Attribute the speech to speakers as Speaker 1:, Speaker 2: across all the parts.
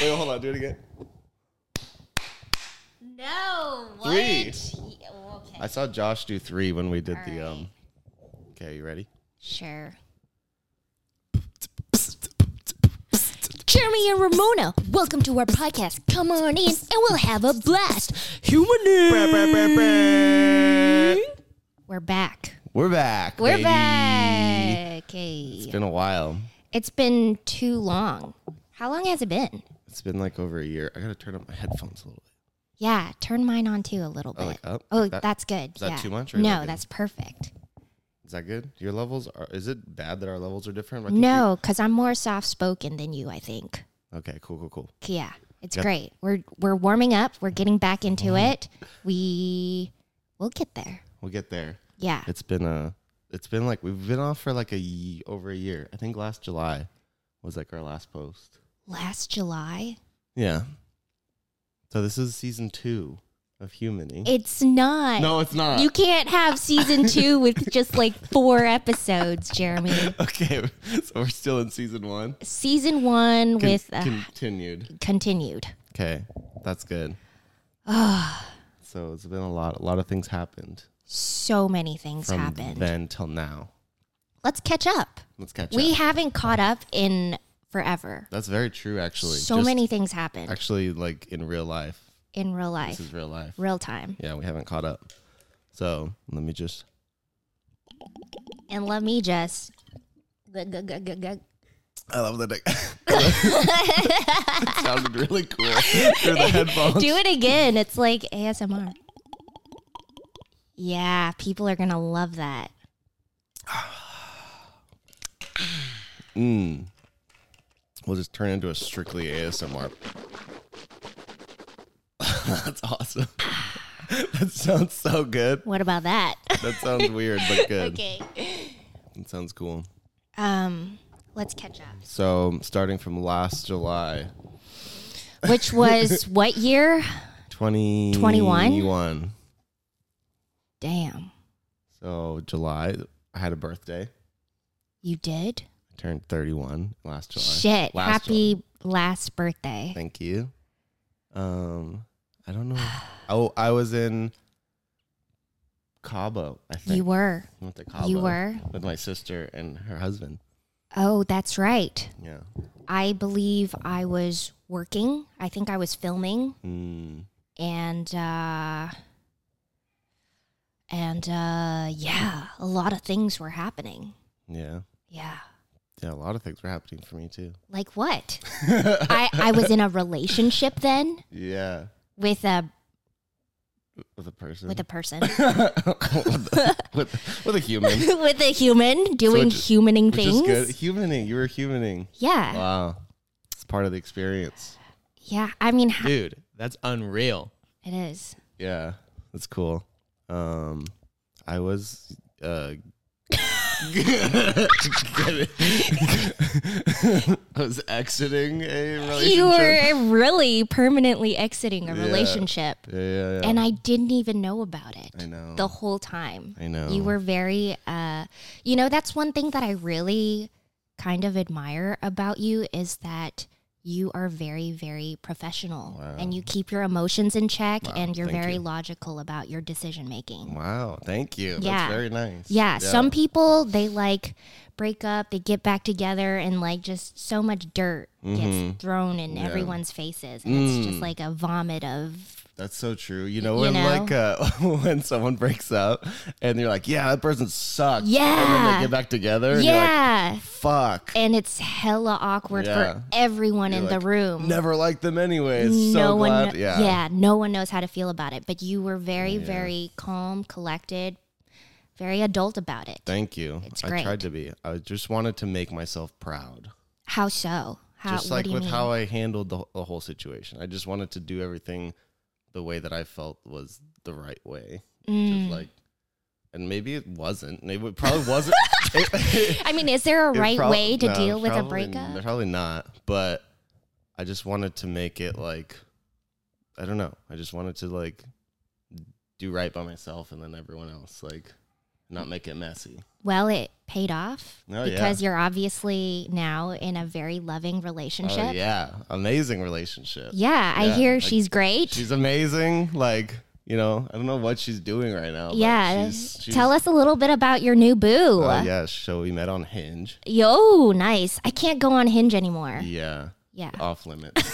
Speaker 1: Wait, hold on. Do it again.
Speaker 2: No. What?
Speaker 1: Three.
Speaker 2: Yeah, okay.
Speaker 1: I saw Josh do three when we did the.
Speaker 2: All right.
Speaker 1: um Okay, you ready?
Speaker 2: Sure. Jeremy and Ramona, welcome to our podcast. Come on in and we'll have a blast. We're back.
Speaker 1: We're back.
Speaker 2: We're
Speaker 1: baby.
Speaker 2: back. Okay.
Speaker 1: It's been a while.
Speaker 2: It's been too long. How long has it been?
Speaker 1: It's been like over a year. I gotta turn up my headphones a little bit.
Speaker 2: Yeah, turn mine on too a little bit.
Speaker 1: Oh, like up?
Speaker 2: oh,
Speaker 1: Like that?
Speaker 2: that's good.
Speaker 1: Is that
Speaker 2: yeah.
Speaker 1: too much or is that
Speaker 2: No,
Speaker 1: good?
Speaker 2: that's perfect.
Speaker 1: Is that good? Your levels are. Is it bad that our levels are different? Like if you-
Speaker 2: No, because I'm more soft spoken than you, I think.
Speaker 1: Okay. Cool. Cool. Cool.
Speaker 2: Yeah, it's
Speaker 1: Yep. Mm-hmm.
Speaker 2: great. We're we're warming up. We're getting back into it. We we'll get there.
Speaker 1: We'll get there.
Speaker 2: Yeah,
Speaker 1: It's been a. It's been like we've been off for like a ye- over a year. I think last July was like our last post.
Speaker 2: last July.
Speaker 1: Yeah. So this is season two of Humaning.
Speaker 2: It's not.
Speaker 1: no, it's not.
Speaker 2: You can't have season two with just like four episodes, Jeremy.
Speaker 1: okay, so we're still in season one.
Speaker 2: Season one
Speaker 1: Con-
Speaker 2: with uh,
Speaker 1: continued.
Speaker 2: continued.
Speaker 1: Okay, that's good. so it's been a lot. A lot of things happened
Speaker 2: So many things
Speaker 1: from
Speaker 2: happened.
Speaker 1: then till now.
Speaker 2: Let's catch up.
Speaker 1: Let's catch
Speaker 2: We
Speaker 1: up.
Speaker 2: haven't caught up in forever.
Speaker 1: That's very true, actually.
Speaker 2: So
Speaker 1: Just
Speaker 2: many things happened
Speaker 1: Actually, like in real life.
Speaker 2: in real
Speaker 1: This
Speaker 2: life,
Speaker 1: is real life.
Speaker 2: real time.
Speaker 1: Yeah, we haven't caught up. So let me just.
Speaker 2: And let me just. Gug, gug, gug, gug, gug.
Speaker 1: I love the dick. sounded really cool through the headphones.
Speaker 2: Do it again. It's like ASMR. Yeah, people are gonna love that.
Speaker 1: Mm. We'll just turn into a strictly ASMR. That's awesome. that sounds so good.
Speaker 2: What about that?
Speaker 1: That sounds weird, but good.
Speaker 2: okay.
Speaker 1: It sounds cool.
Speaker 2: Um, let's catch up.
Speaker 1: So, starting from last July,
Speaker 2: Which was what year?
Speaker 1: 20
Speaker 2: 21?
Speaker 1: 21.
Speaker 2: Damn,
Speaker 1: So, July, I had a birthday.
Speaker 2: you did.
Speaker 1: I turned 31 last July.
Speaker 2: Shit.
Speaker 1: Last
Speaker 2: Happy last birthday.
Speaker 1: Thank you. Um, I don't know. Oh, I was in Cabo. I think
Speaker 2: You were.
Speaker 1: I went to Cabo.
Speaker 2: You were.
Speaker 1: with my sister and her husband.
Speaker 2: Oh, that's right.
Speaker 1: Yeah.
Speaker 2: I believe I was working. I think I was filming,
Speaker 1: Mm.
Speaker 2: and uh, and uh, yeah, a lot of things were happening.
Speaker 1: Yeah.
Speaker 2: Yeah,
Speaker 1: Yeah. A lot of things were happening for me too.
Speaker 2: like what? I I was in a relationship then
Speaker 1: Yeah.
Speaker 2: with a
Speaker 1: With a person.
Speaker 2: with a person
Speaker 1: with, with, a human.
Speaker 2: with a human doing
Speaker 1: which-
Speaker 2: humaning
Speaker 1: Which is
Speaker 2: things.
Speaker 1: good. Humaning. You were humaning.
Speaker 2: Yeah,
Speaker 1: Wow. It's part of the experience.
Speaker 2: yeah. I mean, h-
Speaker 3: Dude, that's unreal.
Speaker 2: it is.
Speaker 1: Yeah. That's cool. Um I was uh I was exiting a relationship.
Speaker 2: You were really permanently exiting a
Speaker 1: Yeah.
Speaker 2: relationship,
Speaker 1: yeah, yeah, yeah.
Speaker 2: and I didn't even know about it.
Speaker 1: I know.
Speaker 2: the whole time.
Speaker 1: I know.
Speaker 2: You were very, uh, you know, that's one thing that I really kind of admire about you is that you are very, very professional
Speaker 1: Wow.
Speaker 2: and you keep your emotions in check and you're
Speaker 1: thank
Speaker 2: very
Speaker 1: you.
Speaker 2: logical about your decision making.
Speaker 1: Wow, thank you.
Speaker 2: Yeah.
Speaker 1: That's very nice.
Speaker 2: Yeah, some people they like break up, they get back together, and like just so much dirt
Speaker 1: Mm-hmm.
Speaker 2: gets thrown in everyone's faces, and it's
Speaker 1: Mm.
Speaker 2: just like a vomit of
Speaker 1: That's so true. You know
Speaker 2: you
Speaker 1: when
Speaker 2: know?
Speaker 1: like uh, when someone breaks up and you're like, yeah, that person sucks. And then
Speaker 2: Yeah.
Speaker 1: they get back together. And you're like,
Speaker 2: yeah.
Speaker 1: Fuck.
Speaker 2: and it's hella awkward
Speaker 1: Yeah.
Speaker 2: for everyone in
Speaker 1: You're
Speaker 2: the
Speaker 1: like,
Speaker 2: room.
Speaker 1: Never liked them anyways. so
Speaker 2: one,
Speaker 1: glad.
Speaker 2: kno-
Speaker 1: yeah.
Speaker 2: no one knows how to feel about it. But you were very, very calm, collected, very adult about it.
Speaker 1: Thank you.
Speaker 2: It's
Speaker 1: I
Speaker 2: great.
Speaker 1: tried to be. I just wanted to make myself proud.
Speaker 2: How so? How?
Speaker 1: just
Speaker 2: what
Speaker 1: like
Speaker 2: do you
Speaker 1: with
Speaker 2: mean?
Speaker 1: how I handled the, the whole situation. I just wanted to do everything the way that I felt was the right way.
Speaker 2: Mm.
Speaker 1: Just like, and maybe it wasn't. Maybe it probably wasn't.
Speaker 2: I mean, is there a
Speaker 1: It
Speaker 2: right
Speaker 1: prob-
Speaker 2: way to
Speaker 1: no,
Speaker 2: deal with a
Speaker 1: probably-
Speaker 2: breakup?
Speaker 1: Probably not. But I just wanted to make it like I don't know. I just wanted to like do right by myself and then everyone else. Like not make it messy.
Speaker 2: Well, it paid off
Speaker 1: Oh, yeah.
Speaker 2: because you're obviously now in a very loving relationship.
Speaker 1: Oh yeah, amazing relationship.
Speaker 2: Yeah, I
Speaker 1: Yeah,
Speaker 2: hear
Speaker 1: like,
Speaker 2: she's great.
Speaker 1: She's amazing. Like you know, I don't know what she's doing right now. but
Speaker 2: yeah.
Speaker 1: she's, she's,
Speaker 2: Tell us a little bit about your new boo.
Speaker 1: Oh yeah, so we met on Hinge.
Speaker 2: Yo, nice. I can't go on Hinge anymore.
Speaker 1: Yeah,
Speaker 2: Yeah.
Speaker 1: off limits.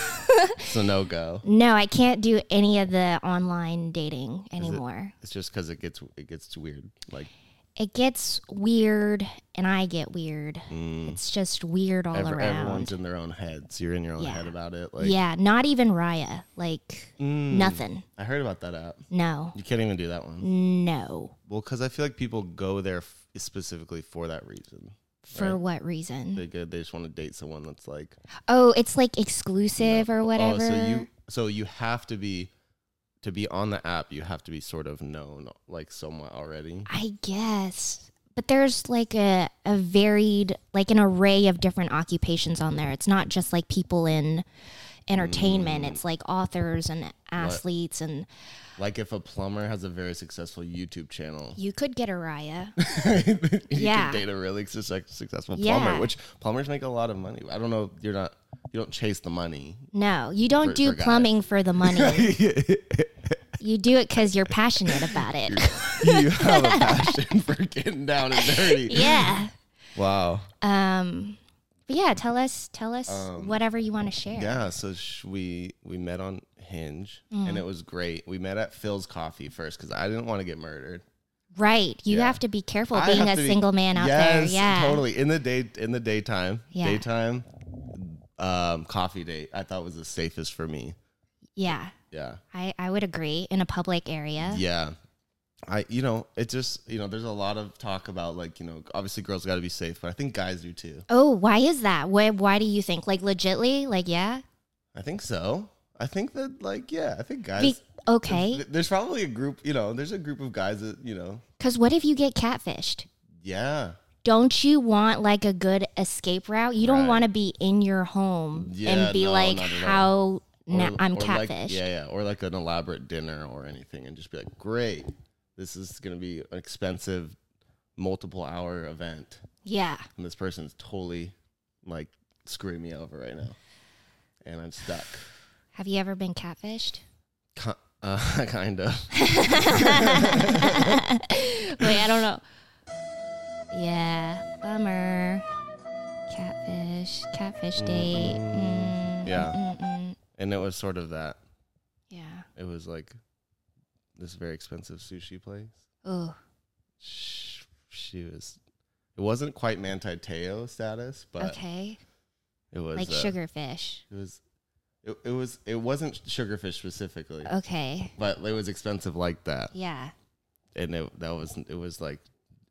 Speaker 1: so no go.
Speaker 2: No, I can't do any of the online dating anymore.
Speaker 1: It's just because it gets it gets weird. Like
Speaker 2: It, gets weird and I get weird. It's just weird all
Speaker 1: Mm. ever,
Speaker 2: around.
Speaker 1: everyone's in their own heads. You're in your own
Speaker 2: Yeah.
Speaker 1: head about it. Like mm, Hmm.
Speaker 2: yeah, not even Raya. Like nothing. Mm.
Speaker 1: I heard about that app.
Speaker 2: No.
Speaker 1: You can't even do that one.
Speaker 2: No.
Speaker 1: Well, because I feel like people go there f- specifically for that reason.
Speaker 2: For what reason?
Speaker 1: They go, they just want to date someone that's like
Speaker 2: oh, it's like exclusive or whatever.
Speaker 1: Oh, so you so you have to be to be on the app. You have to be sort of known like somewhat already.
Speaker 2: I guess. But there's like a, a varied, like an array of different occupations on there. It's not just like people in
Speaker 1: Mm.
Speaker 2: entertainment, it's like authors and athletes. And
Speaker 1: Like if a plumber has a very successful YouTube channel,
Speaker 2: you could get a Raya.
Speaker 1: you can
Speaker 2: Yeah.
Speaker 1: date a really success, successful
Speaker 2: Yeah.
Speaker 1: plumber, which plumbers make a lot of money. I don't know. You're not. You don't chase the money.
Speaker 2: No, you don't
Speaker 1: For-
Speaker 2: do
Speaker 1: for guys.
Speaker 2: plumbing for the money. you do it because you're passionate about it.
Speaker 1: you have a passion for getting down and dirty.
Speaker 2: yeah.
Speaker 1: Wow.
Speaker 2: Um, but yeah, tell us, tell us whatever you want to share.
Speaker 1: Um, Yeah, so sh- we we met on Hinge,
Speaker 2: Mm.
Speaker 1: and it was great. We met at Phil's Coffee first because I didn't want to get murdered.
Speaker 2: Right. You
Speaker 1: Yeah.
Speaker 2: have to be careful
Speaker 1: I
Speaker 2: being
Speaker 1: have
Speaker 2: a
Speaker 1: to be-
Speaker 2: single man out there.
Speaker 1: yes,
Speaker 2: Yeah.
Speaker 1: totally. In the day, in the daytime,
Speaker 2: Yeah.
Speaker 1: daytime, um, coffee date. I thought was the safest for me.
Speaker 2: Yeah.
Speaker 1: Yeah,
Speaker 2: I, I would agree in a public area.
Speaker 1: yeah. I, you know, it just, you know, there's a lot of talk about like, you know, obviously girls got to be safe, but I think guys do too.
Speaker 2: Oh, why is that? Why, why do you think? Like, legitly? Like, yeah?
Speaker 1: I think so. I think that, like, yeah, I think guys.
Speaker 2: Be- okay.
Speaker 1: th- There's probably a group, you know, there's a group of guys that, you know,
Speaker 2: Because what if you get catfished?
Speaker 1: yeah,
Speaker 2: Don't you want like a good escape route? You don't
Speaker 1: Right.
Speaker 2: want to be in your home
Speaker 1: Yeah,
Speaker 2: and be
Speaker 1: no,
Speaker 2: like,
Speaker 1: not at
Speaker 2: how na-
Speaker 1: Or-
Speaker 2: I'm
Speaker 1: or like-
Speaker 2: catfished.
Speaker 1: yeah, yeah. Or like an elaborate dinner or anything and just be like, great, this is going to be an expensive multiple hour event.
Speaker 2: yeah.
Speaker 1: And this person's totally like screwing me over right now. And I'm stuck.
Speaker 2: Have you ever been catfished?
Speaker 1: Ki- Uh, kind of.
Speaker 2: Wait, I don't know. Yeah, bummer. Catfish, catfish date. Mm,
Speaker 1: Yeah.
Speaker 2: mm, mm.
Speaker 1: And it was sort of that.
Speaker 2: Yeah.
Speaker 1: It was like this very expensive sushi place.
Speaker 2: Ooh.
Speaker 1: Sh- She was, it wasn't quite Manti Teo status, but
Speaker 2: Okay.
Speaker 1: it was
Speaker 2: Like
Speaker 1: uh,
Speaker 2: sugarfish.
Speaker 1: It was, it, it was, it wasn't sugarfish specifically,
Speaker 2: Oh. Okay.
Speaker 1: but it was expensive like that,
Speaker 2: Yeah.
Speaker 1: and it that was it was like,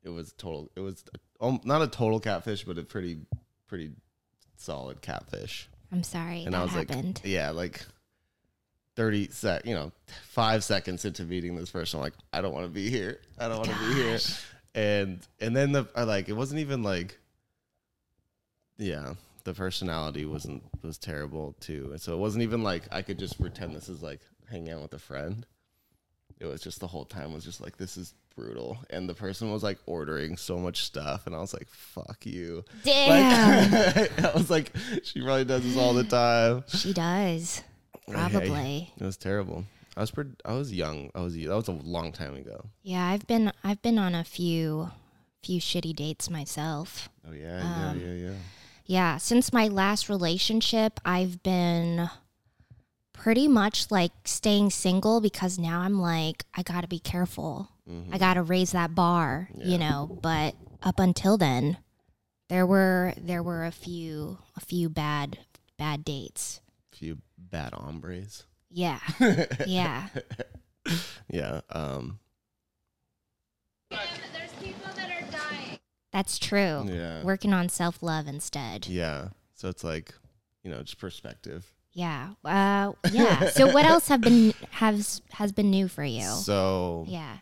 Speaker 1: it was total, it was um, not a total catfish, but a pretty, pretty solid catfish.
Speaker 2: I'm sorry
Speaker 1: And
Speaker 2: that
Speaker 1: I was
Speaker 2: happened.
Speaker 1: like, yeah, like thirty sec, you know, five seconds into meeting this person, I'm like I don't want to be here, I don't want to be here, and and then the I like it wasn't even like, yeah, the personality wasn't was terrible too, and so it wasn't even like I could just pretend this is like hanging out with a friend. It was just the whole time was just like this is brutal, and the person was like ordering so much stuff, and I was like, fuck you.
Speaker 2: Damn.
Speaker 1: Like, I was like, she probably does this all the time.
Speaker 2: she does. Probably.
Speaker 1: It was terrible. I was pretty, I was young. I was that was a long time ago.
Speaker 2: Yeah, I've been I've been on a few few shitty dates myself.
Speaker 1: Oh yeah, yeah,
Speaker 2: Um,
Speaker 1: yeah, yeah.
Speaker 2: Yeah, since my last relationship, I've been pretty much like staying single because now I'm like, I gotta be careful.
Speaker 1: Mm-hmm.
Speaker 2: I
Speaker 1: Mm.
Speaker 2: gotta raise that bar, you know. But up until then, there were there were a few a few bad bad dates.
Speaker 1: Few bad hombres.
Speaker 2: Yeah, yeah.
Speaker 1: Yeah. Um
Speaker 2: That's true.
Speaker 1: Yeah.
Speaker 2: Working on self love instead.
Speaker 1: yeah. So it's like, you know, just perspective.
Speaker 2: Yeah. Uh, yeah. so what else have been has has been new for you?
Speaker 1: So
Speaker 2: Yeah. Mm-hmm,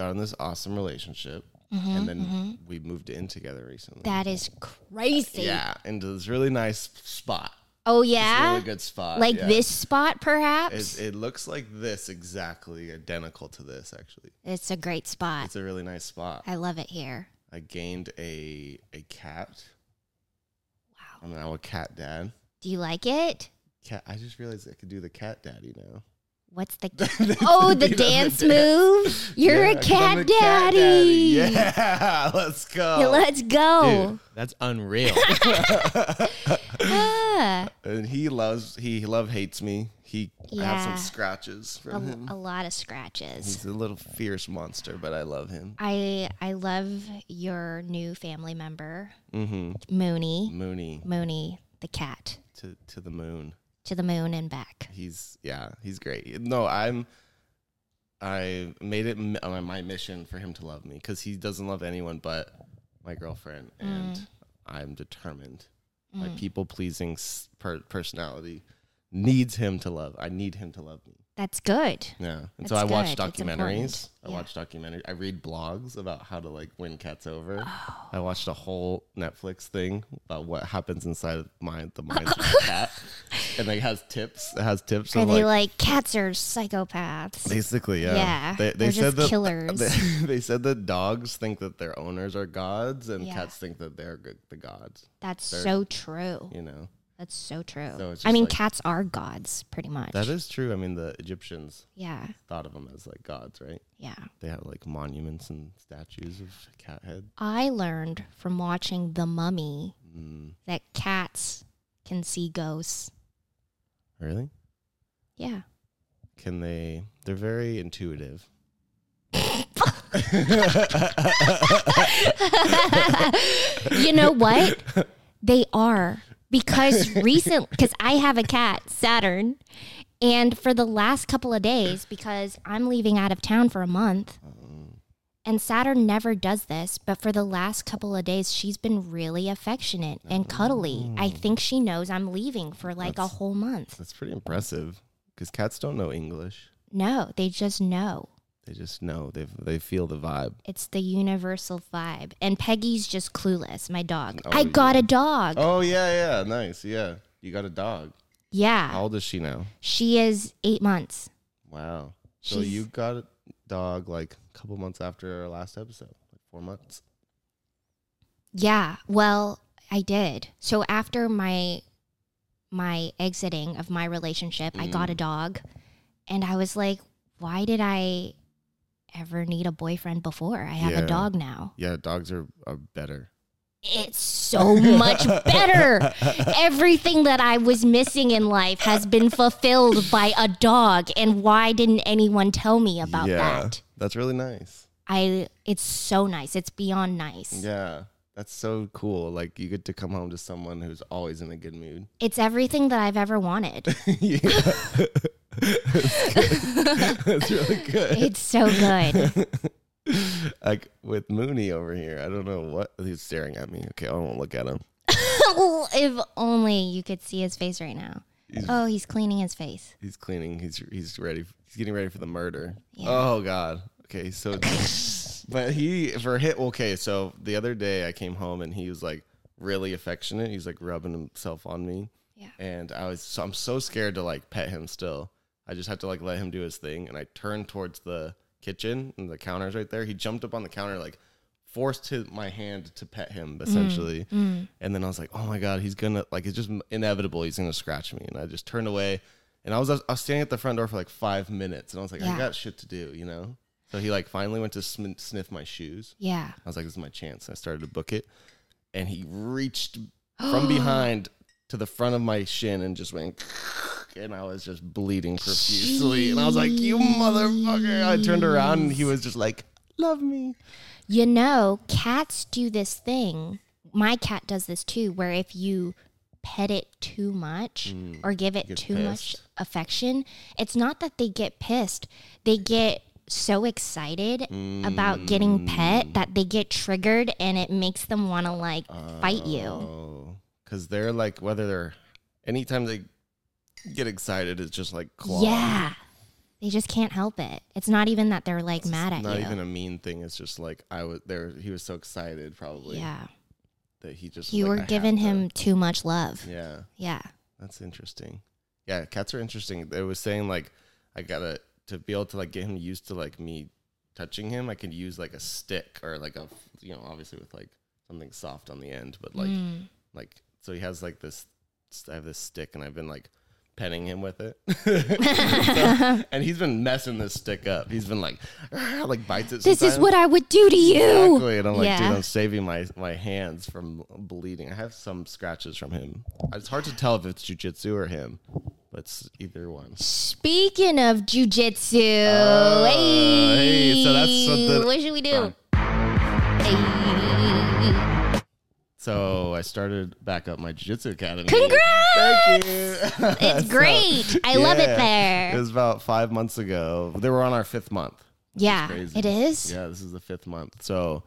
Speaker 1: got in this awesome relationship and then mm-hmm. we moved in together recently.
Speaker 2: That is crazy.
Speaker 1: yeah, into this really nice spot.
Speaker 2: Oh
Speaker 1: It's a
Speaker 2: yeah,
Speaker 1: really good spot.
Speaker 2: like
Speaker 1: yeah.
Speaker 2: this spot perhaps.
Speaker 1: It, it looks like this exactly, identical to this actually.
Speaker 2: it's a great spot.
Speaker 1: It's a really nice spot.
Speaker 2: I love it here.
Speaker 1: I gained a a cat.
Speaker 2: Wow.
Speaker 1: I'm now a cat dad.
Speaker 2: Do you like it?
Speaker 1: Cat. I just realized I could do the cat daddy now.
Speaker 2: What's the oh
Speaker 1: You
Speaker 2: the
Speaker 1: know,
Speaker 2: dance
Speaker 1: dance.
Speaker 2: move? You're
Speaker 1: Yeah,
Speaker 2: a
Speaker 1: 'cause I'm
Speaker 2: cat
Speaker 1: a
Speaker 2: daddy.
Speaker 1: Yeah, let's go.
Speaker 2: Yeah, Let's go.
Speaker 1: Dude.
Speaker 3: That's unreal.
Speaker 2: Ah,
Speaker 1: and he loves he love hates me. He I have
Speaker 2: Yeah.
Speaker 1: some scratches
Speaker 2: a,
Speaker 1: from him.
Speaker 2: a lot of scratches.
Speaker 1: He's a little fierce monster, but I love him.
Speaker 2: I I love your new family member,
Speaker 1: Mm-hmm.
Speaker 2: Mooney.
Speaker 1: Mooney
Speaker 2: Mooney the cat
Speaker 1: to to the moon.
Speaker 2: to the moon and back.
Speaker 1: He's yeah, he's great. No, I'm. I made it m- uh, my mission for him to love me because he doesn't love anyone but my girlfriend, and I'm determined. My people pleasing per- personality needs him to love. I need him to love me.
Speaker 2: That's good.
Speaker 1: Yeah, and so I
Speaker 2: That's
Speaker 1: watch
Speaker 2: good. It's
Speaker 1: documentaries.
Speaker 2: important.
Speaker 1: I
Speaker 2: Yeah.
Speaker 1: watch documentaries. I read blogs about how to like win cats over.
Speaker 2: Oh.
Speaker 1: I watched a whole Netflix thing about what happens inside of my the mind of a cat, and it has tips. It has tips.
Speaker 2: Are
Speaker 1: of,
Speaker 2: they
Speaker 1: like,
Speaker 2: like cats are psychopaths?
Speaker 1: Basically, yeah.
Speaker 2: Yeah,
Speaker 1: They, they
Speaker 2: they're
Speaker 1: said
Speaker 2: just
Speaker 1: that,
Speaker 2: killers.
Speaker 1: They, they said that dogs think that their owners are gods, and
Speaker 2: Yeah.
Speaker 1: cats think that they're g- the gods.
Speaker 2: That's so true.
Speaker 1: You know,
Speaker 2: That's so true.
Speaker 1: So it's
Speaker 2: I
Speaker 1: just
Speaker 2: mean,
Speaker 1: like-
Speaker 2: cats are gods, pretty much.
Speaker 1: that is true. I mean, the Egyptians
Speaker 2: yeah,
Speaker 1: thought of them as like gods, right?
Speaker 2: yeah.
Speaker 1: They had like monuments and statues of cat head.
Speaker 2: I learned from watching The Mummy
Speaker 1: Mm,
Speaker 2: that cats can see ghosts.
Speaker 1: really?
Speaker 2: Yeah.
Speaker 1: Can they? They're very intuitive.
Speaker 2: You know what? they are because recent because I have a cat, Saturn, and for the last couple of days because I'm leaving out of town for a month. And Saturn never does this, but for the last couple of days she's been really affectionate and cuddly. I think she knows I'm leaving for like a whole month.
Speaker 1: Mm. That's pretty impressive because cats don't know English.
Speaker 2: No, they just know.
Speaker 1: They just know. They they feel the vibe.
Speaker 2: It's the universal vibe. And Peggy's just clueless, my dog.
Speaker 1: Oh,
Speaker 2: I got a dog.
Speaker 1: Oh yeah, yeah, nice. Yeah, you got a dog.
Speaker 2: Yeah.
Speaker 1: How old is she now?
Speaker 2: She is eight months.
Speaker 1: Wow. So
Speaker 2: She's-
Speaker 1: you got a dog like a couple months after our last episode, like four months.
Speaker 2: Yeah. Well, I did. So after my my exiting of my relationship, I got a
Speaker 1: Mm.
Speaker 2: dog and I was like, why did I ever need a boyfriend before? I have
Speaker 1: Yeah.
Speaker 2: a dog now.
Speaker 1: Yeah, dogs are, are better.
Speaker 2: It's so much better. Everything that I was missing in life has been fulfilled by a dog and why didn't anyone tell me about that?
Speaker 1: That's really nice.
Speaker 2: I it's so nice. It's beyond nice.
Speaker 1: Yeah. That's so cool. Like you get to come home to someone who's always in a good mood.
Speaker 2: It's everything that I've ever wanted.
Speaker 1: yeah. That's really good.
Speaker 2: It's so good.
Speaker 1: like with Mooney over here, I don't know what he's staring at me. Okay, I won't look at him.
Speaker 2: if only you could see his face right now. Oh, he's cleaning his face.
Speaker 1: He's cleaning. He's he's ready. He's getting ready for the murder.
Speaker 2: Yeah.
Speaker 1: Oh God. Okay, so, but he for hit. Okay, so the other day I came home and he was like really affectionate. He's like rubbing himself on me.
Speaker 2: Yeah.
Speaker 1: And I was so I'm so scared to like pet him still. I just had to like let him do his thing. And I turned towards the kitchen and the counter's right there. He jumped up on the counter like forced his, my hand to pet
Speaker 2: Mm.
Speaker 1: him essentially. And then I was like, oh my god, he's gonna like it's just inevitable. He's gonna scratch me. And I just turned away. And I was I was standing at the front door for like five minutes. And I was like, I
Speaker 2: Yeah.
Speaker 1: got shit to do, you know. So he like finally went to sm- sniff my shoes.
Speaker 2: Yeah.
Speaker 1: I was like, this is my chance. I started to book it. And he reached from behind to the front of my shin and just went, and I was just bleeding profusely. And I was like, you motherfucker. I turned around and he was just like, love me.
Speaker 2: You know, cats do this thing. My cat does this too, where if you pet it too much or give it
Speaker 1: gets
Speaker 2: too much
Speaker 1: Mm. pissed.
Speaker 2: affection, it's not that they get pissed. They get so excited about
Speaker 1: Mm.
Speaker 2: getting pet that they get triggered and it makes them want to like fight you.
Speaker 1: Oh, because they're like, whether they're, anytime they get excited, it's just like claw.
Speaker 2: Yeah. They just can't help it. It's not even that they're like mad at
Speaker 1: Not
Speaker 2: you.
Speaker 1: even a mean thing. It's just like I was there. He was so excited, probably
Speaker 2: yeah.
Speaker 1: that he just was
Speaker 2: You
Speaker 1: like,
Speaker 2: were
Speaker 1: "I have
Speaker 2: giving
Speaker 1: to."
Speaker 2: him too much love.
Speaker 1: Yeah,
Speaker 2: Yeah.
Speaker 1: That's interesting. Yeah, cats are interesting. They was saying like I gotta to be able to like get him used to like me touching him. I can use like a stick or like a you know obviously with like something soft on the end, but like
Speaker 2: Mm.
Speaker 1: like so he has like this. I have this stick and I've been like petting him with it, So- and he's been messing this stick up. He's been like "Ah," like bites it.
Speaker 2: This is
Speaker 1: sometimes.
Speaker 2: what I would do to you.
Speaker 1: Exactly. And I'm like,
Speaker 2: Yeah.
Speaker 1: dude, I'm saving my, my hands from bleeding. I have some scratches from him. It's hard to tell if it's jujitsu or him, but it's either one.
Speaker 2: Speaking of jujitsu,
Speaker 1: Oh,
Speaker 2: hey,
Speaker 1: hey, so that's what the-
Speaker 2: what should we do?
Speaker 1: Fine.
Speaker 2: Hey.
Speaker 1: So I started back up my jujitsu academy.
Speaker 2: Congrats!
Speaker 1: Thank you.
Speaker 2: It's great. I love it
Speaker 1: Yeah. It
Speaker 2: there.
Speaker 1: was about five months ago. They were on our fifth month.
Speaker 2: Yeah,
Speaker 1: crazy.
Speaker 2: it is.
Speaker 1: Yeah, this is the fifth month. So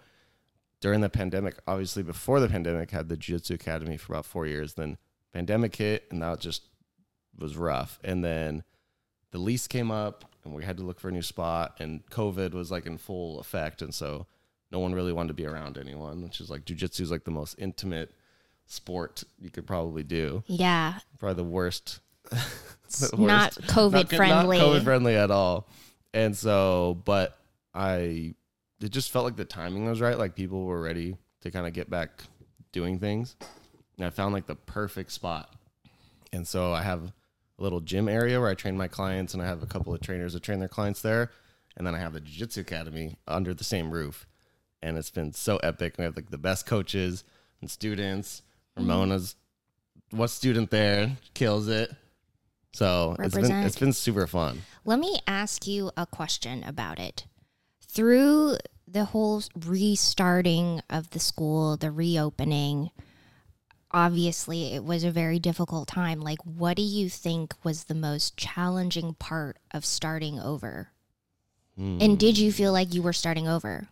Speaker 1: during the pandemic, obviously before the pandemic, had the Jiu-Jitsu Academy for about four years. Then pandemic hit, and that just was rough. And then the lease came up, and we had to look for a new spot. And COVID was like in full effect, and so no one really wanted to be around anyone, which is like Jiu-Jitsu is like the most intimate sport you could probably do.
Speaker 2: Yeah,
Speaker 1: Probably the worst
Speaker 2: it's
Speaker 1: the
Speaker 2: not
Speaker 1: worst.
Speaker 2: COVID
Speaker 1: Not-
Speaker 2: friendly.
Speaker 1: Not COVID friendly at all. And so, but I, it just felt like the timing was right. Like people were ready to kind of get back doing things. And I found like the perfect spot. And so I have a little gym area where I train my clients, and I have a couple of trainers that train their clients there. And then I have the Jiu Jitsu Academy under the same roof. And it's been so epic. We have like the best coaches and students.
Speaker 2: Mm-hmm.
Speaker 1: Ramona's what student there kills it. So it's been
Speaker 2: Represent.
Speaker 1: it's been super fun.
Speaker 2: Let me ask you a question about it. Through the whole restarting of the school, the reopening, obviously it was a very difficult time. Like, what do you think was the most challenging part of starting over? And did you feel like you were starting over?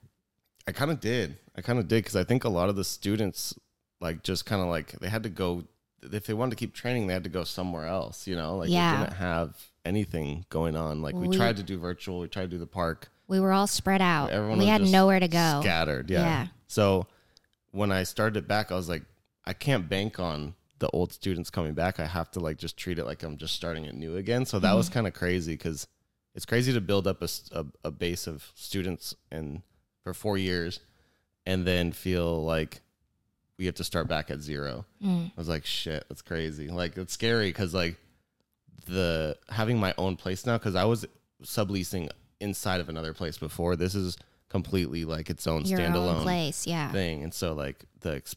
Speaker 1: I kind of did. I kind of did because I think a lot of the students like just kind of like they had to go if they wanted to keep training, they had to go somewhere else. You know, like
Speaker 2: Yeah.
Speaker 1: they didn't have anything going on. Like we,
Speaker 2: We-
Speaker 1: tried to do virtual, we tried to do the park.
Speaker 2: We were all spread out.
Speaker 1: Everyone
Speaker 2: we
Speaker 1: was
Speaker 2: had
Speaker 1: just
Speaker 2: nowhere to go.
Speaker 1: Scattered, yeah.
Speaker 2: Yeah.
Speaker 1: So when I started it back, I was like, I can't bank on the old students coming back. I have to like just treat it like I'm just starting it new again. So that
Speaker 2: Mm-hmm.
Speaker 1: was kind of crazy because it's crazy to build up a, s- a- a base of students and for four years and then feel like we have to start back at zero.
Speaker 2: Mm.
Speaker 1: I was like, shit, that's crazy. Like, it's scary because like the having my own place now because I was subleasing inside of another place before. This is completely like its own
Speaker 2: Your
Speaker 1: standalone
Speaker 2: own place. Yeah.
Speaker 1: thing, and so like the ex-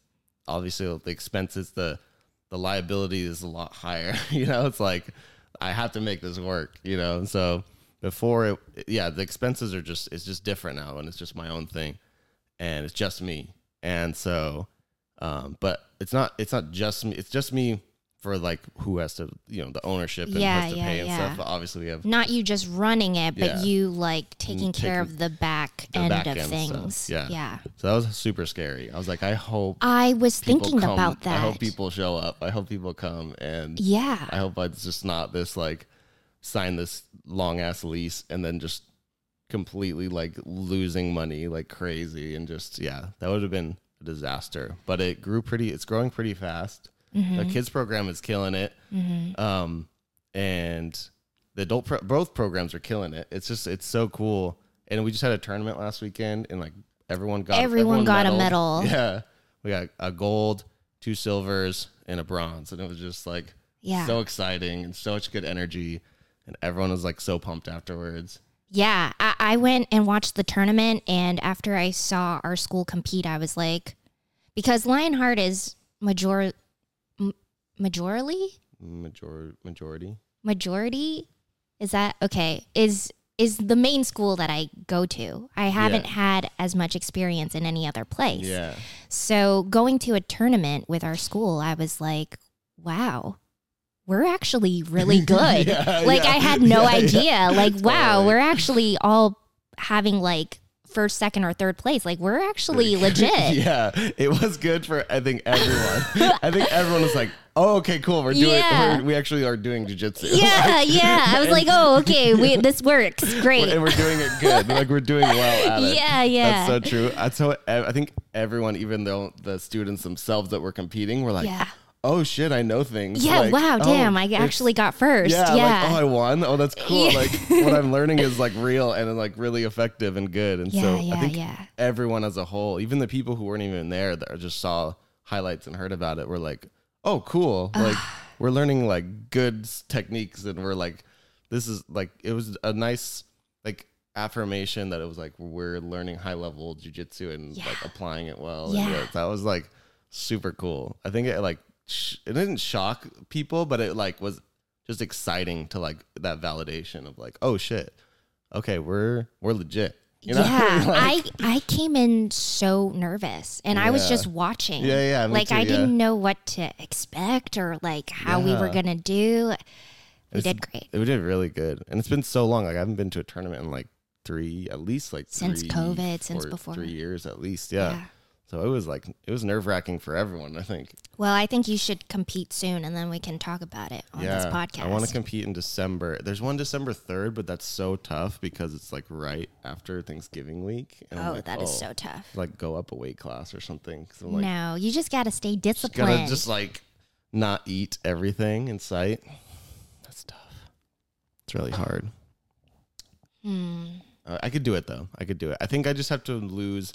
Speaker 1: obviously the expenses, the the liability is a lot higher. you know, it's like I have to make this work. You know, and so before it, yeah, the expenses are just it's just different now, and it's just my own thing, and it's just me, and so um, but it's not it's not just me. It's just me for like who has to you know the ownership and
Speaker 2: Yeah,
Speaker 1: has to
Speaker 2: yeah,
Speaker 1: pay and
Speaker 2: yeah.
Speaker 1: stuff. But obviously we have
Speaker 2: Not you just running it, but
Speaker 1: Yeah. Mm,
Speaker 2: you like taking care
Speaker 1: taking
Speaker 2: of the back
Speaker 1: the
Speaker 2: end
Speaker 1: back
Speaker 2: of
Speaker 1: end stuff.
Speaker 2: things.
Speaker 1: Yeah.
Speaker 2: Yeah.
Speaker 1: so that was super scary. I was like, I hope
Speaker 2: I was
Speaker 1: people
Speaker 2: thinking
Speaker 1: come.
Speaker 2: about that.
Speaker 1: I hope people show up. I hope people come and
Speaker 2: yeah.
Speaker 1: I hope it's just not this like sign this long ass lease and then just completely like losing money like crazy and just yeah that would have been a disaster but it grew pretty it's growing pretty fast
Speaker 2: Mm-hmm.
Speaker 1: the kids program is killing it um and the adult pro- both programs are killing it it's just it's so cool and we just had a tournament last weekend and like everyone got
Speaker 2: Everyone got a
Speaker 1: medaled.
Speaker 2: medal.
Speaker 1: yeah we got a gold two silvers and a bronze and it was just like
Speaker 2: Yeah.
Speaker 1: so exciting and so much good energy. And everyone was like so pumped afterwards.
Speaker 2: yeah. I, I went and watched the tournament, and after I saw our school compete, I was like, because Lionheart is major, m- majorly,
Speaker 1: Major- majority.
Speaker 2: majority is that okay? Is is the main school that I go to? I haven't had as much experience in any other place.
Speaker 1: Yeah.
Speaker 2: So going to a tournament with our school, I was like, wow, we're actually really good.
Speaker 1: Yeah,
Speaker 2: like
Speaker 1: Uh, yeah.
Speaker 2: I had no
Speaker 1: Yeah,
Speaker 2: idea. Like, wow,
Speaker 1: Totally.
Speaker 2: we're actually all having like first, second, or third place. Like we're actually legit.
Speaker 1: yeah. It was good for I think everyone. I think everyone was like, Oh, okay, cool. We're doing
Speaker 2: Yeah.
Speaker 1: we're, we actually are doing jujitsu.
Speaker 2: Yeah, yeah. I was like, oh, okay, we, this works. Great.
Speaker 1: and we're doing it good. like we're doing well at it.
Speaker 2: Yeah, yeah.
Speaker 1: That's e, so true. That's how I think everyone, even though the students themselves that were competing, were like,
Speaker 2: Yeah.
Speaker 1: oh shit, I know things.
Speaker 2: Yeah,
Speaker 1: Like,
Speaker 2: wow,
Speaker 1: oh,
Speaker 2: damn, I
Speaker 1: it's-
Speaker 2: actually got first.
Speaker 1: Yeah,
Speaker 2: Yeah.
Speaker 1: like oh, I won. Oh, that's cool.
Speaker 2: Yeah.
Speaker 1: Like what I'm learning is like real and like really effective and good. And
Speaker 2: yeah,
Speaker 1: so I
Speaker 2: yeah,
Speaker 1: think
Speaker 2: yeah.
Speaker 1: everyone as a whole, even the people who weren't even there that just saw highlights and heard about it, were like, "Oh, cool! Like we're learning like good s- techniques, and we're like, this is like it was a nice like affirmation that it was like we're learning high level jujitsu and
Speaker 2: Yeah.
Speaker 1: like applying it well.
Speaker 2: Yeah.
Speaker 1: And yeah, that was like super cool. I think it like sh- it didn't shock people, but it like was just exciting to like that validation of like, oh shit, okay, we're we're legit. You know?
Speaker 2: yeah,
Speaker 1: Like-
Speaker 2: I I came in so nervous, and I was
Speaker 1: Yeah.
Speaker 2: just watching.
Speaker 1: Yeah, yeah, me
Speaker 2: like
Speaker 1: too,
Speaker 2: I
Speaker 1: yeah.
Speaker 2: didn't know what to expect or like how we were
Speaker 1: Yeah.
Speaker 2: gonna do. We
Speaker 1: It's-
Speaker 2: did great
Speaker 1: We did really good, and it's been so long. Like I haven't been to a tournament in like three, at least like
Speaker 2: Since
Speaker 1: three,
Speaker 2: COVID, since
Speaker 1: four-
Speaker 2: before.
Speaker 1: three years at least. Yeah.
Speaker 2: Yeah.
Speaker 1: So it was like it was nerve wracking for everyone. I think.
Speaker 2: Well, I think you should compete soon, and then we can talk about it on
Speaker 1: yeah.
Speaker 2: this podcast.
Speaker 1: I want to compete in December. There's one December third, but that's so tough because it's like right after Thanksgiving week. And I'm
Speaker 2: oh,
Speaker 1: like,
Speaker 2: that is so tough.
Speaker 1: Like go up a weight class or something. Cause I'm like
Speaker 2: no, you just gotta stay
Speaker 1: gotta
Speaker 2: disciplined.
Speaker 1: just like not eat everything in sight. That's tough. It's really hard.
Speaker 2: Hmm.
Speaker 1: Uh, I could do it though. I could do it. I think I just have to lose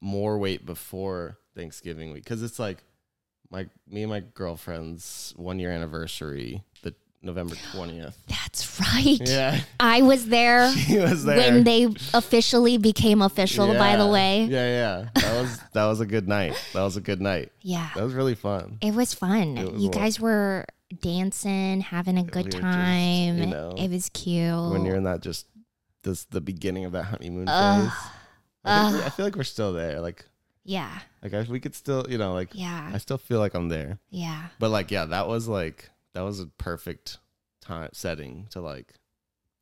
Speaker 1: more weight before Thanksgiving week because it's like my me and my girlfriend's one year anniversary, the November twentieth.
Speaker 2: That's right.
Speaker 1: Yeah,
Speaker 2: I was there.
Speaker 1: she was there
Speaker 2: When they officially became official, by the
Speaker 1: Yeah.
Speaker 2: way.
Speaker 1: Yeah, yeah. That was that was a good night. That was a good night.
Speaker 2: Yeah.
Speaker 1: That was really fun.
Speaker 2: It was fun.
Speaker 1: It was
Speaker 2: you
Speaker 1: a lot.
Speaker 2: guys were dancing, having a good
Speaker 1: were just,
Speaker 2: time.
Speaker 1: you know,
Speaker 2: it was cute.
Speaker 1: When you're in that just this the beginning of that honeymoon phase.
Speaker 2: Ugh.
Speaker 1: I, think we- I feel like we're still there. Like
Speaker 2: yeah,
Speaker 1: like I, we could still you know like I
Speaker 2: yeah,
Speaker 1: still feel like I'm there.
Speaker 2: yeah.
Speaker 1: But like, yeah, that was like that was a perfect time setting to like,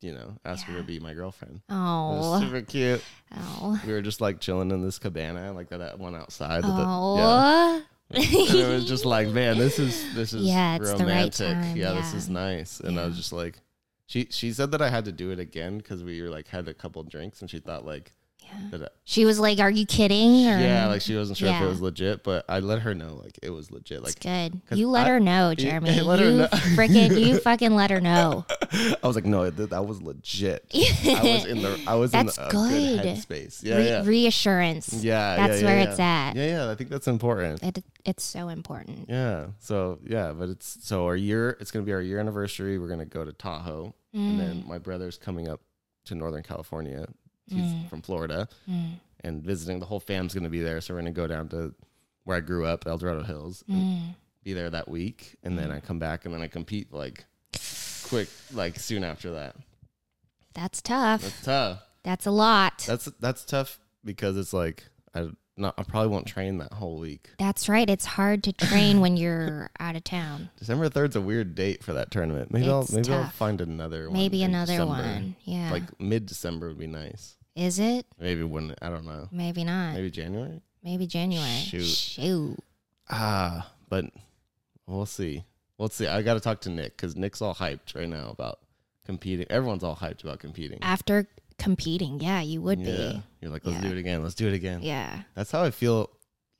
Speaker 1: you know, ask her
Speaker 2: Yeah.
Speaker 1: to be my girlfriend. It was
Speaker 2: Oh,
Speaker 1: super cute.
Speaker 2: oh,
Speaker 1: We were just like chilling in this cabana, like that- that one outside. with the- yeah.
Speaker 2: oh.
Speaker 1: And it was just like, man, this is this is
Speaker 2: Yeah, it's the right
Speaker 1: romantic.
Speaker 2: time,
Speaker 1: yeah, this
Speaker 2: yeah.
Speaker 1: is nice. And I was
Speaker 2: Yeah.
Speaker 1: just like, she she said that I had to do it again because we were like had a couple drinks and she thought like
Speaker 2: Yeah.
Speaker 1: that.
Speaker 2: She was like, "Are you kidding?" Or,
Speaker 1: yeah, like she wasn't sure if
Speaker 2: yeah.
Speaker 1: it was legit, but I let her know like it was legit.
Speaker 2: it's
Speaker 1: Like
Speaker 2: good.
Speaker 1: 'cause
Speaker 2: You let
Speaker 1: I-
Speaker 2: her know,
Speaker 1: Yeah,
Speaker 2: Jeremy.
Speaker 1: I let her
Speaker 2: you
Speaker 1: know.
Speaker 2: freaking, you fucking let her know.
Speaker 1: I was like, no, th- that was legit. I was in the I was
Speaker 2: That's
Speaker 1: in the, a
Speaker 2: good.
Speaker 1: good headspace. Yeah,
Speaker 2: Re-
Speaker 1: yeah.
Speaker 2: Reassurance.
Speaker 1: yeah,
Speaker 2: That's
Speaker 1: yeah, yeah,
Speaker 2: where
Speaker 1: yeah.
Speaker 2: it's at.
Speaker 1: Yeah, yeah. I think that's important.
Speaker 2: It, it's so important.
Speaker 1: Yeah. So yeah, but it's so our year. It's gonna be our year anniversary. We're gonna go to Tahoe,
Speaker 2: Mm,
Speaker 1: and then my brother's coming up to Northern California. He's
Speaker 2: Mm.
Speaker 1: from Florida, and visiting the whole fam's gonna be there. So we're gonna go down to where I grew up, El Dorado Hills, and
Speaker 2: Mm.
Speaker 1: be there that week, and then I come back, and then I compete like quick, like soon after that.
Speaker 2: That's tough.
Speaker 1: That's tough.
Speaker 2: That's a lot.
Speaker 1: That's that's tough because it's like I not I probably won't train that whole week.
Speaker 2: That's right. It's hard to train when you're out of town.
Speaker 1: December third's a weird date for that tournament. Maybe I'll
Speaker 2: It's
Speaker 1: maybe I'll
Speaker 2: tough.
Speaker 1: find another one.
Speaker 2: Maybe
Speaker 1: in
Speaker 2: another
Speaker 1: December.
Speaker 2: one. Yeah.
Speaker 1: Like mid December would be nice.
Speaker 2: Is it?
Speaker 1: Maybe when I don't know.
Speaker 2: Maybe not. Maybe,
Speaker 1: Maybe January.
Speaker 2: January.
Speaker 1: Shoot.
Speaker 2: Shoot.
Speaker 1: Ah, but we'll see. We'll see. I got to talk to Nick because Nick's all hyped right now about competing. Everyone's all hyped about competing.
Speaker 2: After competing, yeah, you would be.
Speaker 1: You're like, let's
Speaker 2: Yeah.
Speaker 1: do it again. Let's do it again.
Speaker 2: Yeah.
Speaker 1: That's how I feel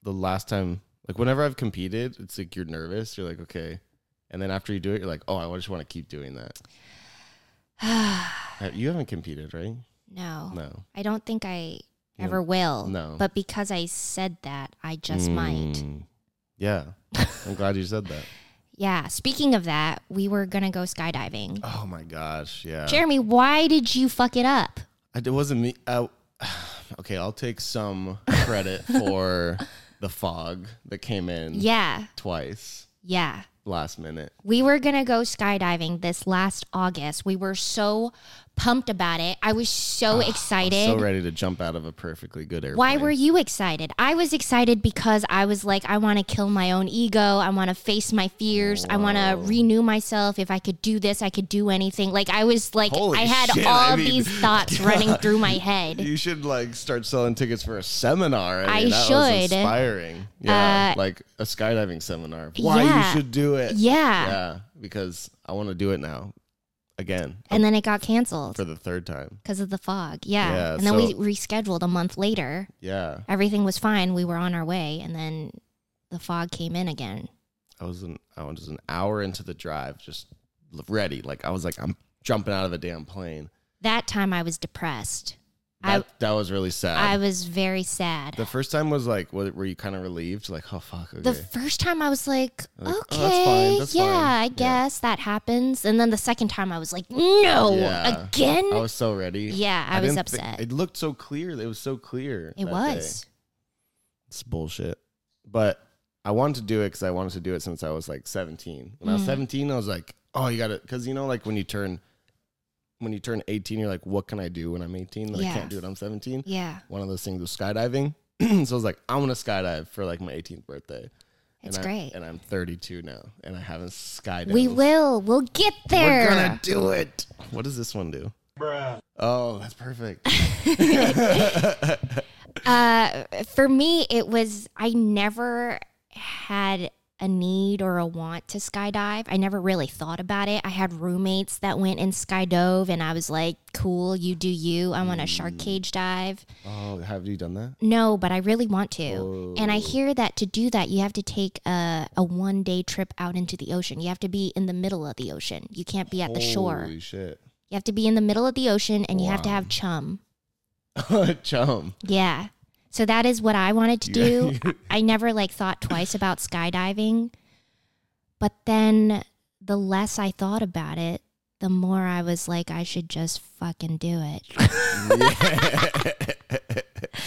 Speaker 1: the last time. Like whenever I've competed, it's like you're nervous. You're like, okay. And then after you do it, you're like, oh, I just want to keep doing that. Uh, You haven't competed, right?
Speaker 2: no.
Speaker 1: No.
Speaker 2: I don't think I
Speaker 1: Yeah.
Speaker 2: ever will.
Speaker 1: No.
Speaker 2: But because I said that, I just might.
Speaker 1: Mm. Yeah. I'm glad you said that.
Speaker 2: Yeah. Speaking of that, we were going to go skydiving.
Speaker 1: Oh my gosh. Yeah.
Speaker 2: Jeremy, why did you fuck it up?
Speaker 1: I- It wasn't me. I, okay. I'll take some credit for the fog that came in
Speaker 2: Yeah.
Speaker 1: twice
Speaker 2: Yeah.
Speaker 1: last minute.
Speaker 2: We were going to go skydiving this last August. We were so pumped about it. I was so excited.
Speaker 1: Ah, So ready to jump out of a perfectly good airplane.
Speaker 2: Why were you excited? I was excited because I was like, I want to kill my own ego. I want to face my fears. I want to renew myself. If I could do this, I could do anything. Like, I was like,
Speaker 1: Holy
Speaker 2: I had
Speaker 1: shit,
Speaker 2: all
Speaker 1: I mean-
Speaker 2: these thoughts running through my head.
Speaker 1: You should like start selling tickets for a seminar. I,
Speaker 2: I
Speaker 1: mean, that was
Speaker 2: should.
Speaker 1: inspiring. Yeah,
Speaker 2: Uh,
Speaker 1: like a skydiving seminar. Why
Speaker 2: yeah.
Speaker 1: you should do it?
Speaker 2: Yeah.
Speaker 1: yeah, because I want to do it now, again
Speaker 2: And then it got canceled
Speaker 1: for the third time.
Speaker 2: because of the fog. Yeah.
Speaker 1: Yeah,
Speaker 2: and then we
Speaker 1: so-
Speaker 2: rescheduled a month later.
Speaker 1: Yeah,
Speaker 2: Everything was fine. We were on our way. And then the fog came in again.
Speaker 1: I was an I was an hour into the drive, just l- ready. Like I was like, I'm jumping out of a damn plane.
Speaker 2: That time I was depressed.
Speaker 1: That that was really sad.
Speaker 2: I I was very sad.
Speaker 1: the first time was like, wa- were you kind of relieved? Like, oh fuck, okay.
Speaker 2: The first time I was like, okay,
Speaker 1: Like, oh, that's fine, that's
Speaker 2: yeah,
Speaker 1: fine."
Speaker 2: I
Speaker 1: Yeah.
Speaker 2: guess that happens. And then the second time I was like, no,
Speaker 1: Yeah.
Speaker 2: again?
Speaker 1: I was so ready.
Speaker 2: Yeah, I was
Speaker 1: didn't thi-
Speaker 2: upset.
Speaker 1: it looked so clear. It was so clear.
Speaker 2: it
Speaker 1: that day.
Speaker 2: was.
Speaker 1: It's bullshit. But I wanted to do it because I wanted to do it since I was like 17. When I
Speaker 2: Mm.
Speaker 1: was 17, I was like, oh, you got to, because you know, like when you turn, when you turn 18, you're like, what can I do when I'm 18? Like, I
Speaker 2: Yeah.
Speaker 1: can't do it. I'm 17.
Speaker 2: Yeah,
Speaker 1: One of those things was skydiving. so I was like, I'm going to skydive for like my 18th birthday.
Speaker 2: it's
Speaker 1: and
Speaker 2: great.
Speaker 1: I, and I'm 32 now and I haven't skydived.
Speaker 2: we will. We'll get there.
Speaker 1: We're going to do it. What does this one do? Oh, that's perfect.
Speaker 2: uh, for me, it was I never had a need or a want to skydive. I never really thought about it. I had roommates that went and skydove, and I was like, "Cool, you do you. I want a
Speaker 1: Mm.
Speaker 2: shark cage dive."
Speaker 1: oh, have you done that? Oh,
Speaker 2: No, but I really want to. And I hear that to do that, you have to take a, a one day trip out into the ocean. You have to be in the middle of the ocean. You can't be at the shore.
Speaker 1: Holy shit.
Speaker 2: You have to be in the middle of the ocean, and you have to have chum.
Speaker 1: Chum.
Speaker 2: Yeah. So that is what I wanted to do. I I never like thought twice about skydiving. But then the less I thought about it, the more I was like I should just fucking do it.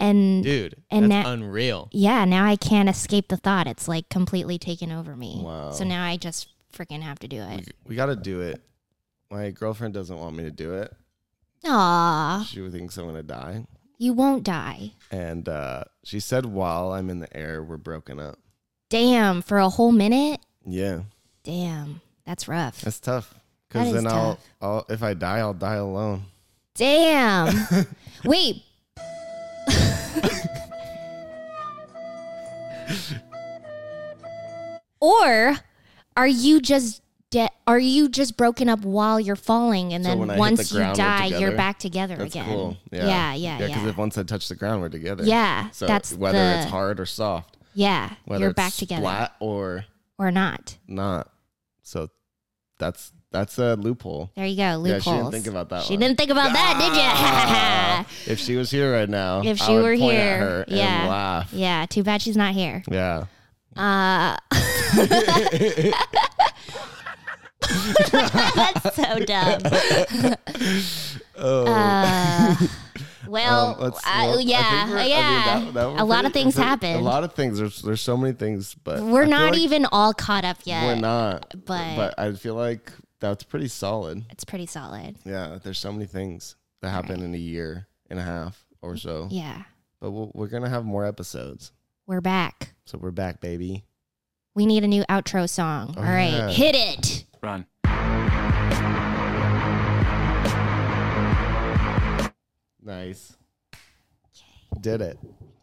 Speaker 2: and
Speaker 3: Dude,
Speaker 2: And
Speaker 3: that's
Speaker 2: that-
Speaker 3: unreal.
Speaker 2: yeah, now I can't escape the thought. It's like completely taken over me.
Speaker 1: Wow.
Speaker 2: So now I just freaking have to do it.
Speaker 1: We got to do it. My girlfriend doesn't want me to do it.
Speaker 2: Aw,
Speaker 1: She thinks I'm going to die.
Speaker 2: you won't die.
Speaker 1: And uh, she said, while I'm in the air, we're broken up.
Speaker 2: Damn, for a whole minute?
Speaker 1: Yeah,
Speaker 2: Damn, that's rough.
Speaker 1: that's tough.
Speaker 2: That
Speaker 1: Because
Speaker 2: is
Speaker 1: then I'll, I'll, if I die, I'll die alone.
Speaker 2: Damn. Wait. or are you just de- are you just broken up while you're falling and
Speaker 1: So
Speaker 2: then
Speaker 1: when I hit the
Speaker 2: once you
Speaker 1: ground, we're
Speaker 2: die you're
Speaker 1: together?
Speaker 2: back together
Speaker 1: That's
Speaker 2: again.
Speaker 1: cool. Yeah.
Speaker 2: Yeah, yeah,
Speaker 1: Yeah. Because
Speaker 2: yeah.
Speaker 1: if once I touch the ground, we're together.
Speaker 2: Yeah,
Speaker 1: So
Speaker 2: that's
Speaker 1: whether
Speaker 2: the-
Speaker 1: it's hard or soft,
Speaker 2: Yeah,
Speaker 1: whether
Speaker 2: you're
Speaker 1: it's
Speaker 2: back together
Speaker 1: flat or
Speaker 2: or not.
Speaker 1: not. So that's that's a loophole.
Speaker 2: There you go,
Speaker 1: Yeah,
Speaker 2: loopholes.
Speaker 1: she didn't think about that
Speaker 2: She
Speaker 1: one. Ah,
Speaker 2: didn't think about that, did
Speaker 1: If she was here right now,
Speaker 2: If
Speaker 1: I
Speaker 2: she
Speaker 1: would
Speaker 2: were
Speaker 1: point
Speaker 2: here,
Speaker 1: at her
Speaker 2: yeah.
Speaker 1: and laugh.
Speaker 2: you? yeah, too bad she's not here.
Speaker 1: Yeah.
Speaker 2: Uh, that's so dumb. Uh,
Speaker 1: Oh.
Speaker 2: well,
Speaker 1: Um, let's-
Speaker 2: I-
Speaker 1: well, I
Speaker 2: yeah,
Speaker 1: think we're- I mean,
Speaker 2: yeah.
Speaker 1: that- that
Speaker 2: a
Speaker 1: we're
Speaker 2: lot of
Speaker 1: pretty-
Speaker 2: things
Speaker 1: pretty-
Speaker 2: happen.
Speaker 1: A lot of things. There's there's so many things, but I
Speaker 2: we're
Speaker 1: feel
Speaker 2: not
Speaker 1: like
Speaker 2: even all caught up yet.
Speaker 1: We're not.
Speaker 2: but-
Speaker 1: but I feel like that's pretty solid.
Speaker 2: It's pretty solid.
Speaker 1: Yeah. There's so many things that happen in a year and a half or so.
Speaker 2: Yeah,
Speaker 1: But we'll, we're gonna have more episodes,
Speaker 2: we're back.
Speaker 1: so we're back, baby.
Speaker 2: We need a new outro song.
Speaker 1: Oh,
Speaker 2: all right,
Speaker 1: yeah.
Speaker 2: hit it.
Speaker 3: Run.
Speaker 1: Nice. Did it.